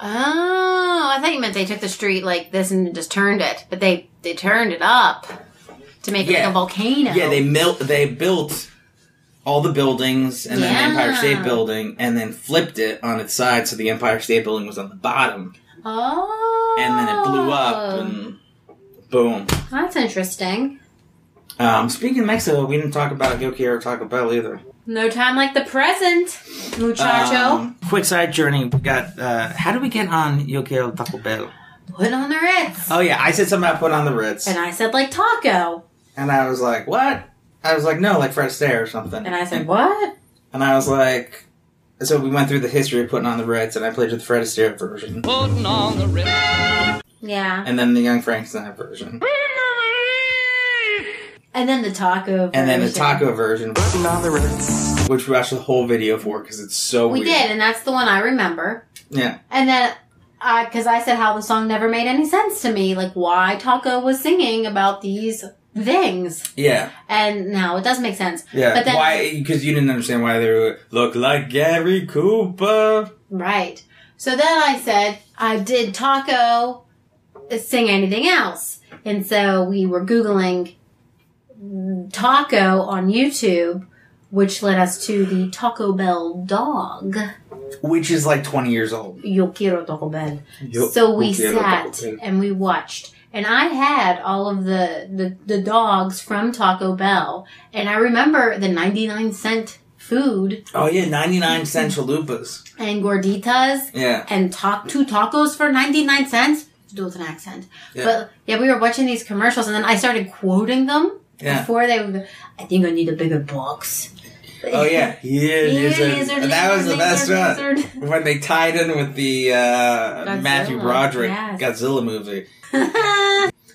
Oh, I thought you meant they took the street like this and just turned it, but they they turned it up to make it like Yeah. a volcano. Yeah, they mil- they built all the buildings and then the Empire Yeah. State Building and then flipped it on its side so the Empire State Building was on the bottom Oh. and then it blew up and boom. That's interesting. Um, speaking of Mexico, we didn't talk about Yoki or Taco Bell either. No time like the present, muchacho. Um, quick side journey. We got. Uh, how do we get on Yokio Taco Bell? Put on the Ritz. Oh yeah, I said something about put on the Ritz, And I said, like, taco. and I was like, "What?" I was like, "No, like Fred Astaire or something." And I said, what? and I was like, "So we went through the history of putting on the Ritz, and I played with the Fred Astaire version, Yeah. and then the Young Frankenstein version." And then the taco. and then the version. taco version, which we watched the whole video for because it's so We weird. did, and that's the one I remember. Yeah. And then, because I said how the song never made any sense to me, like why Taco was singing about these things, Yeah. and now it does make sense. Yeah. But then, Why? Because you didn't understand why they were look like Gary Cooper. Right. So then I said, I did Taco sing anything else? And so we were Googling Taco on YouTube, which led us to the Taco Bell dog. Which is like 20 years old. Yo quiero Taco Bell. Yo so we quiero Taco sat Bell. and we watched. And I had all of the, the, the dogs from Taco Bell. And I remember the 99 cent food Oh, yeah, 99 cent chalupas. and gorditas Yeah. and talk two tacos for 99 cents to do it with an accent Yeah. but yeah we were watching these commercials and then i started quoting them Yeah. before they would i think i need a bigger box Oh, yeah. Yeah, lizard. That was the best one. When they tied in with the uh, Matthew Godzilla, Broderick yes. Godzilla movie.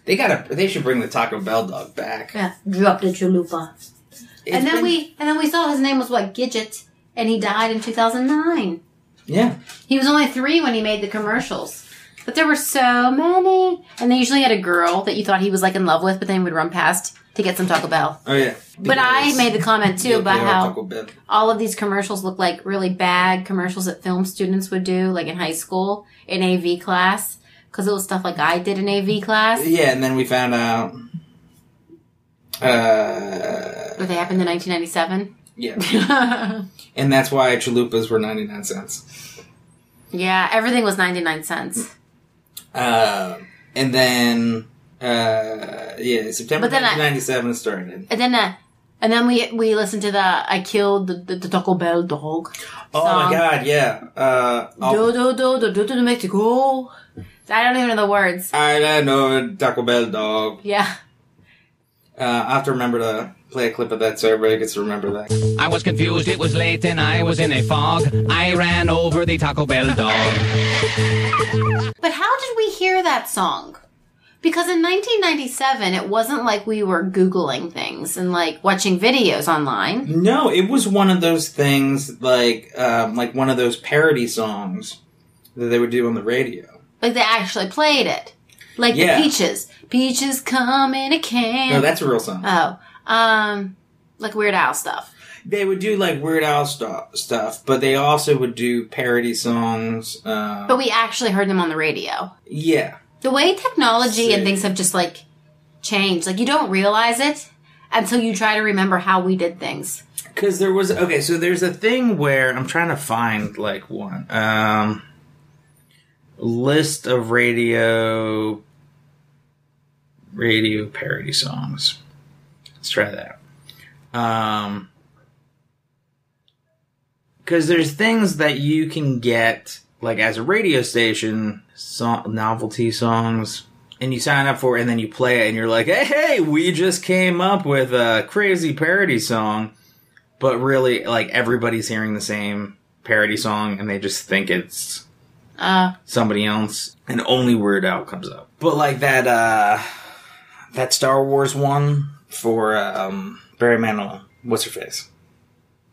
They gotta. They should bring the Taco Bell dog back. yeah drop the chalupa It's and then been- we and then we saw his name was what gidget and he died in 2009 Yeah. he was only three when he made the commercials but there were so many and they usually had a girl that you thought he was like in love with but then he would run past to get some taco bell Oh yeah. But I Because- made the comment too Yeah, about they are how Taco Bell. all of these commercials look like really bad commercials that film students would do, like in high school in AV class, because it was stuff like I did in AV class, Yeah, and then we found out. Uh, but they happened in 1997. yeah, and that's why chalupas were ninety nine cents. yeah, everything was 99 cents. Uh, and then, uh, yeah, September But then I- nineteen ninety seven it started. And then, uh, and then we we listened to the I killed the the, the Taco Bell dog. Oh song. my god, yeah. Uh, Do oh, do do do do do Mexico. I don't even know the words. I don't know Taco Bell dog. Yeah. Uh, I have to remember to play a clip of that so everybody gets to remember that. I was confused, it was late, and I was in a fog. I ran over the Taco Bell dog. But how did we hear that song? Because in 1997, it wasn't like we were Googling things and like watching videos online. No, it was one of those things like um, like one of those parody songs that they would do on the radio. Like they actually played it. Like Yeah. the Peaches. Peaches come in a can. No, that's a real song. oh, um, like Weird Al stuff. they would do like Weird Al stuff, stuff, but they also would do parody songs. Uh, But we actually heard them on the radio. yeah, The way technology and See. things have just like changed, like you don't realize it until you try to remember how we did things. because there was okay. So there's a thing where I'm trying to find like one um, list of radio radio parody songs. Let's try that. Um, because there's things that you can get like as a radio station song, novelty songs and you sign up for it and then you play it and you're like hey, hey we just came up with a crazy parody song but really like everybody's hearing the same parody song and they just think it's Uh, somebody else and only weird out comes up but like that uh that star wars one for um barry manilow what's her face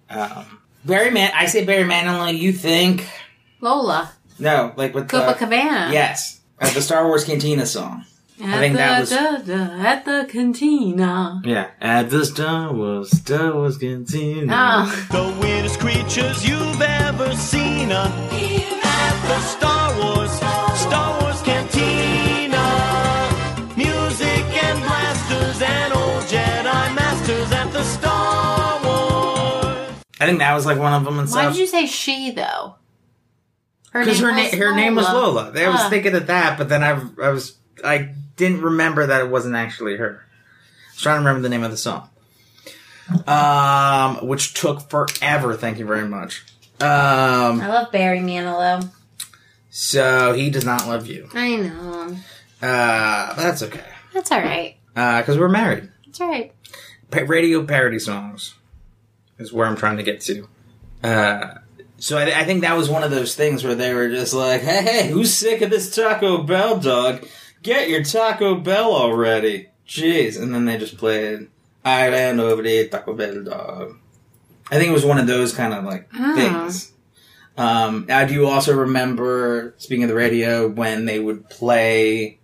um barry man i say barry manilow you think Lola, no like with the Copacabana. yes uh, the star wars cantina song At think that the, da, da, at the cantina. yeah at the star wars star wars cantina Oh, The weirdest creatures you've ever seen are here at the Star Wars, Star Wars Cantina. Music and blasters and old Jedi masters at the Star Wars. i think that was like one of them and why stuff did you say she though? because her name her name was Lola. Uh. I was Ah. thinking of that, but then I I was I didn't remember that it wasn't actually her. I was trying to remember the name of the song, um, which took forever. Thank you very much. Um, I love Barry Manilow. so he does not love you. I know. Uh, but that's okay That's all right. because we're married. That's all right. pa- radio parody songs is where I'm trying to get to. Uh, so I, I think that was one of those things where they were just like, "Hey, hey, who's sick of this Taco Bell dog? Get your Taco Bell already!" Jeez, and then they just played I ran over the Taco Bell dog. I think it was one of those kind of like things. Um, I do also remember, speaking of the radio, when they would play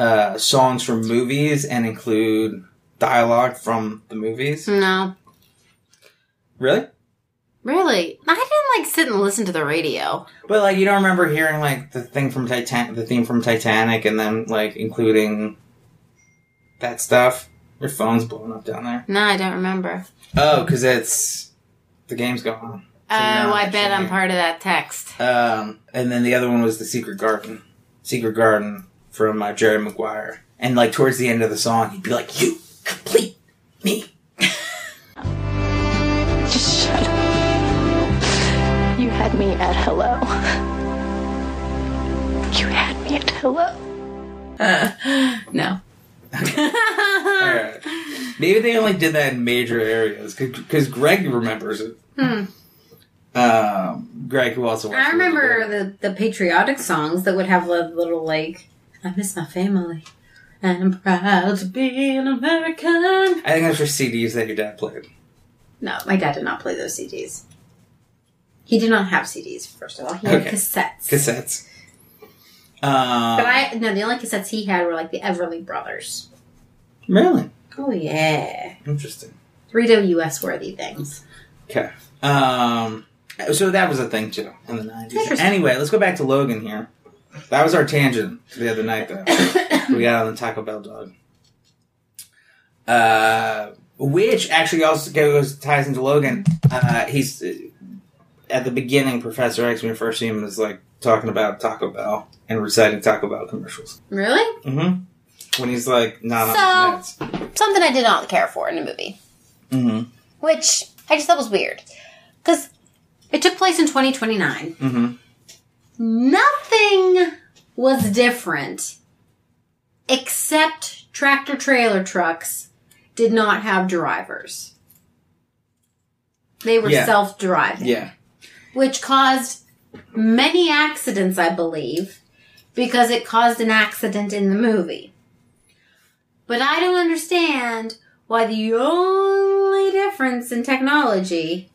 uh, songs from movies and include dialogue from the movies. No, Really? really, I didn't like sit and listen to the radio. But like you don't remember hearing like the thing from Titan the theme from Titanic and then like including that stuff. Your phone's blowing up down there. No, I don't remember. Oh, because it's the game's going on. Oh, no, I bet I'm actually- part of that text. Um, and then the other one was the Secret Garden, Secret Garden from uh, Jerry Maguire. And like towards the end of the song, he'd be like, "You complete me." Just shut up. You had me at hello. You had me at hello. No. Alright. Maybe they only did that in major areas because Greg remembers it. Um, Greg, who also Hmm. watched I the Wicked remember Witch. the, the patriotic songs that would have the little like, I miss my family. I'm proud to be an American. I think those were CDs that your dad played. No, my dad did not play those CDs. He did not have CDs, first of all. He had Okay. cassettes. Cassettes. Um, But I, no, the only cassettes he had were like the Everly Brothers. really Oh, yeah. interesting. Three WS worthy things. Okay. Um, so that was a thing too in the nineties. Interesting. Anyway, let's go back to Logan here. That was our tangent the other night though. we got on the Taco Bell dog. Uh, which actually also goes ties into Logan. Uh, he's uh, at the beginning. Professor X, when you first see him, is like talking about Taco Bell and reciting Taco Bell commercials. Really? Mm-hmm. When he's like not So- on his meds. Something I did not care for in the movie. Mhm. Which I just thought was weird. Because it took place in 2029. Mhm. Nothing was different except tractor trailer trucks did not have drivers. They were Yeah. self driving Yeah. which caused many accidents, I believe, because it caused an accident in the movie. But I don't understand why the only difference in technology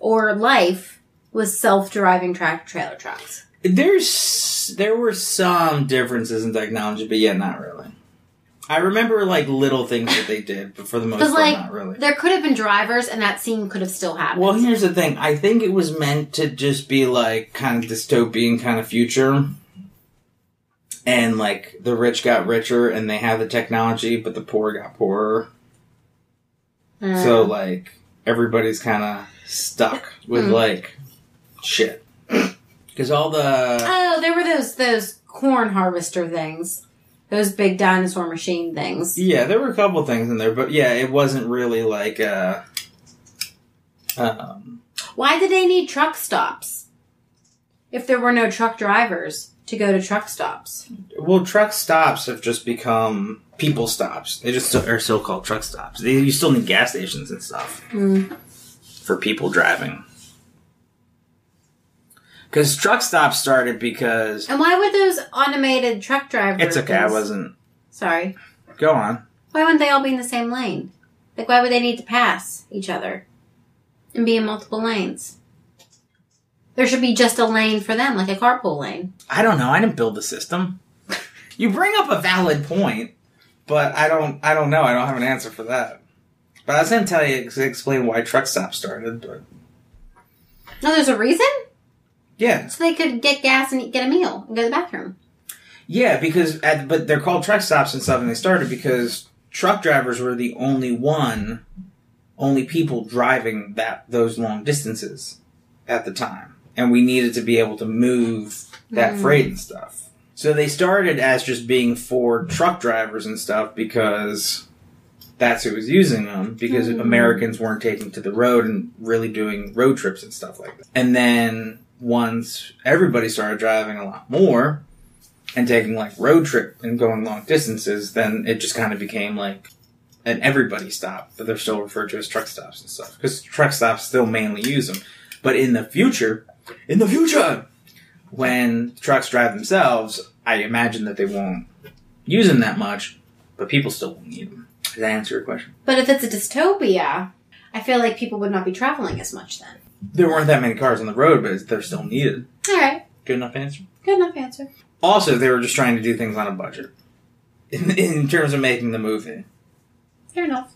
or life was self-driving tractor trailer trucks. There's there were some differences in technology, but yeah, not really. I remember like little things that they did, but for the most Because part, like not really. there could have been drivers, and that scene could have still happened. Well, here's the thing. I think it was meant to just be like kind of dystopian kind of future. And like the rich got richer and they had the technology, but the poor got poorer. Uh, So like everybody's kind of stuck with like shit. Cuz all the oh, there were those those corn harvester things, those big dinosaur machine things. Yeah, there were a couple things in there, but yeah, it wasn't really like uh um Why did they need truck stops? If there were no truck drivers to go to truck stops. well, truck stops have just become people stops. They just still, are still called truck stops. They, you still need gas stations and stuff for people driving. Because truck stops started because And why would those automated truck drivers? it's okay. I wasn't. Sorry. Go on. Why wouldn't they all be in the same lane? Like, why would they need to pass each other and be in multiple lanes? There should be just a lane for them, like a carpool lane. I don't know. I didn't build the system. you bring up a valid point, but I don't. I don't know. I don't have an answer for that. But I was going to tell you explain why truck stops started. But No, there's a reason. yeah, So they could get gas and eat, get a meal and go to the bathroom. Yeah, because at, but they're called truck stops and stuff, and they started because truck drivers were the only one, only people driving that those long distances at the time, and we needed to be able to move that freight and stuff. So they started as just being for truck drivers and stuff because that's who was using them because Americans weren't taking to the road and really doing road trips and stuff like that. And then once everybody started driving a lot more, and taking like road trip and going long distances, then it just kind of became like an everybody stop, but they're still referred to as truck stops and stuff because truck stops still mainly use them. But in the future, in the future, when trucks drive themselves, I imagine that they won't use them that much, but people still will need them. Did I answer your question? But if it's a dystopia, I feel like people would not be traveling as much then. There weren't that many cars on the road, but they're still needed. All right. Good enough answer. Good enough answer. Also, they were just trying to do things on a budget in, in terms of making the movie. Fair enough.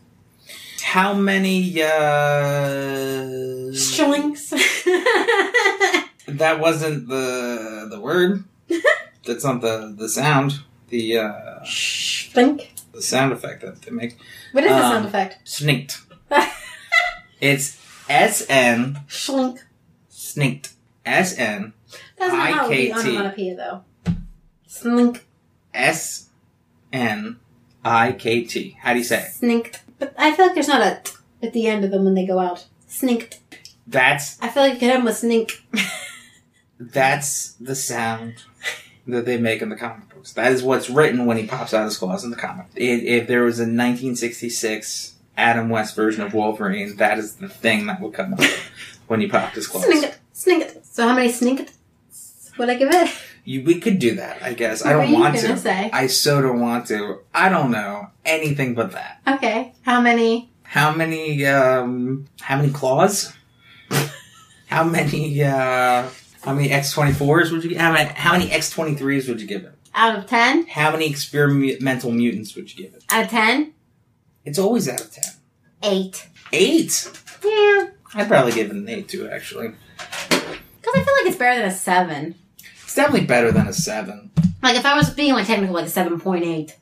How many? uh... Shillings. That wasn't the the word. That's not the the sound. The uh, Blink. the sound effect that they make. What is the Um, sound effect? Sninked. It's S N Schlink. sninked. S N That's not how it would IKT. be onomatopoeia, though. Slink. S N I K T. How do you say it? Sninked. But I feel like there's not a t at the end of them when they go out. Sninked. That's I feel like you could end with snink. that's the sound that they make in the comic books. That is what's written when he pops out of his claws in the comic. If, if there was a 1966 Adam West version of Wolverine, that is the thing that would come up when he popped his claws. Sninked. Sninked. So how many sninked would I give it? You, we could do that, I guess. I What don't were you want gonna to. say? I so don't want to. I don't know anything but that. Okay. How many? How many? um How many claws? how many? uh How many X twenty fours would you? How many? How many X twenty threes would you give it? Out of ten? How many experimental mutants would you give it? Out of ten? It's always out of ten. Eight. Eight. Yeah. I'd probably give it an eight too. Actually, Because I feel like it's better than a seven. it's definitely better than a seven. Like if I was being like technical, like a seven point eight.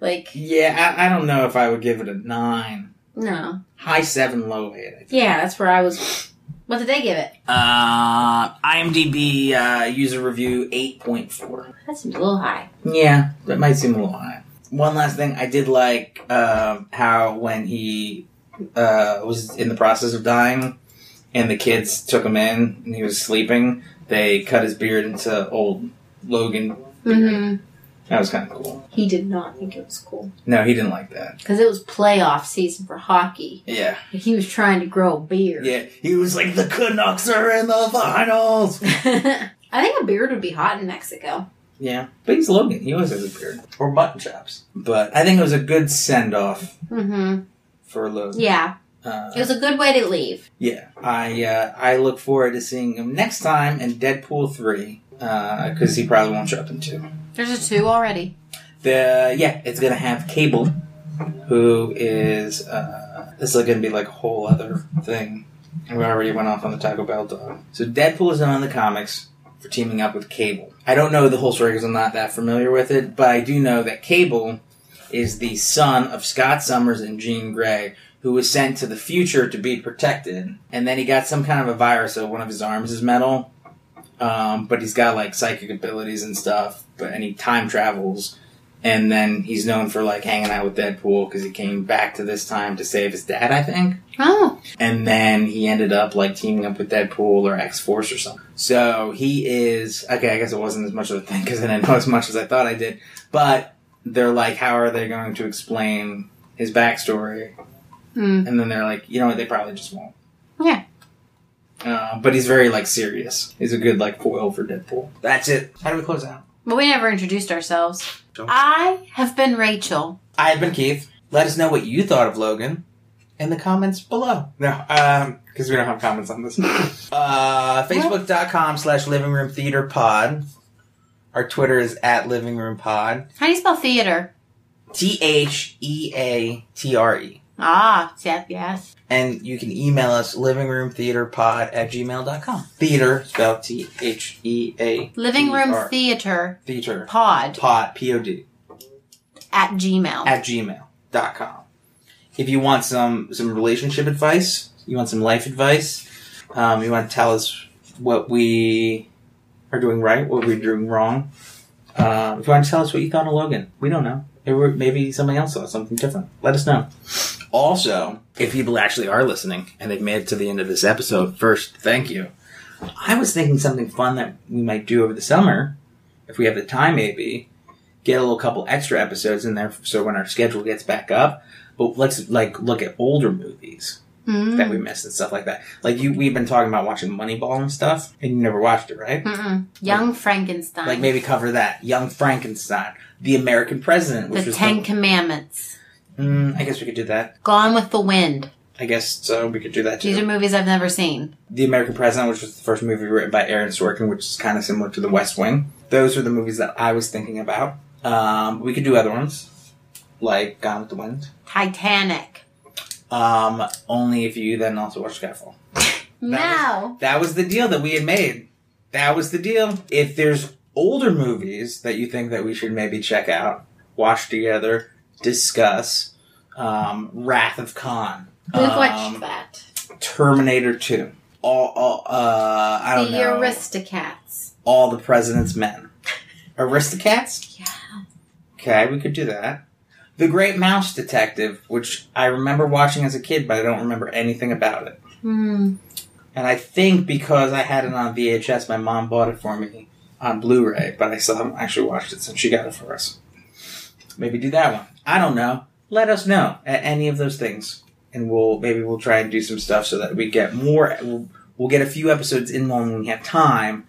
Like Yeah, I, I don't know if I would give it a nine. no. High seven, low eight. I think. Yeah, that's where I was. What did they give it? Uh, IMDb uh, user review 8.4. That seems a little high. Yeah, that might seem a little high. One last thing, I did like um how when he uh, was in the process of dying and the kids took him in and he was sleeping, they cut his beard into old Logan. Mm-hmm. That was kind of cool. He did not think it was cool No, he didn't like that. because it was playoff season for hockey. Yeah. He was trying to grow a beard. Yeah, he was like, the Canucks are in the finals! I think a beard would be hot in Mexico. Yeah, but he's Logan. He always has a beard. Or mutton chops. But I think it was a good send off Mm-hmm. for Logan. Yeah, Uh, it was a good way to leave. yeah, I uh, I look forward to seeing him next time in Deadpool three because he probably won't show up in two. There's a two already. The yeah, it's gonna have Cable, who is uh, this is gonna be like a whole other thing. And we already went off on the Taco Bell dog. So Deadpool is not in the comics for teaming up with Cable. I don't know the whole story because I'm not that familiar with it, but I do know that Cable is the son of Scott Summers and Jean Grey, who was sent to the future to be protected. And then he got some kind of a virus, so one of his arms is metal. Um, but he's got like psychic abilities and stuff, but and he time travels. And then he's known for like hanging out with Deadpool because he came back to this time to save his dad, I think Oh, and then he ended up like teaming up with Deadpool or X Force or something. So he is okay. I guess it wasn't as much of a thing because I didn't know as much as I thought I did. But they're like, how are they going to explain his backstory? Hmm. And then they're like, you know what? They probably just won't. Yeah. Uh, but he's very like serious. He's a good like foil for Deadpool. That's it. How do we close out? but we never introduced ourselves. Don't- I have been Rachel. I've been Keith. Let us know what you thought of Logan in the comments below. No, um, because we don't have comments on this. uh, Facebook.com slash living room theater pod. Our Twitter is at living room pod. How do you spell theater? T H E A T R E. Ah, yeah, yes. And you can email us living room theater pod at gmail.com. Theater spelled T H E A Living room T-R. theater theater pod pod P O D at Gmail. at gmail.com. If you want some some relationship advice, you want some life advice, um, you want to tell us what we are doing right, what we're doing wrong. Uh, if you want to tell us what you thought of Logan, we don't know. Maybe we're- Maybe somebody else saw something different. Let us know. Also, if people actually are listening and they've made it to the end of this episode, first, thank you. I was thinking something fun that we might do over the summer, if we have the time, maybe get a little couple extra episodes in there, so when our schedule gets back up, but let's like look at older movies Hmm. that we missed and stuff like that. Like you, we've been talking about watching Moneyball and stuff, and you never watched it, right? Mm-mm. Young Frankenstein. Like maybe cover that Young Frankenstein, The American President, which the was Ten Commandments. Mm, I guess we could do that. Gone with the Wind. I guess so. We could do that too. These are movies I've never seen. The American President, which was the first movie written by Aaron Sorkin, which is kind of similar to The West Wing. Those were the movies that I was thinking about. Um, we could do other ones, like Gone with the Wind. Titanic. Um, only if you then also watch Skyfall. No. That was the deal that we had made. That was the deal. If there's older movies that you think that we should maybe check out, watch together, discuss, um, Wrath of Khan, We've um, watched that. Terminator Two, all, all uh, I don't the know, Aristocats. all the President's Men, Aristocats. Yeah. Okay, we could do that. The Great Mouse Detective, which I remember watching as a kid, but I don't remember anything about it. Hmm. And I think because I had it on VHS, my mom bought it for me on Blu-ray, but I still haven't actually watched it since she got it for us. Maybe do that one. I don't know. Let us know at any of those things, and we'll maybe we'll try and do some stuff so that we get more. We'll, we'll get a few episodes in when we have time,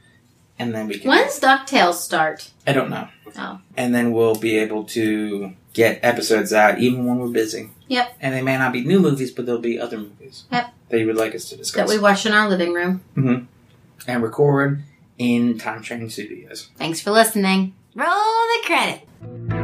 and then we can. When's DuckTales start? I don't know. Oh. And then we'll be able to get episodes out even when we're busy. Yep. And they may not be new movies, but there'll be other movies Yep. that you would like us to discuss That we watch in our living room. and record in Time Train Studios. Thanks for listening. Roll the credit.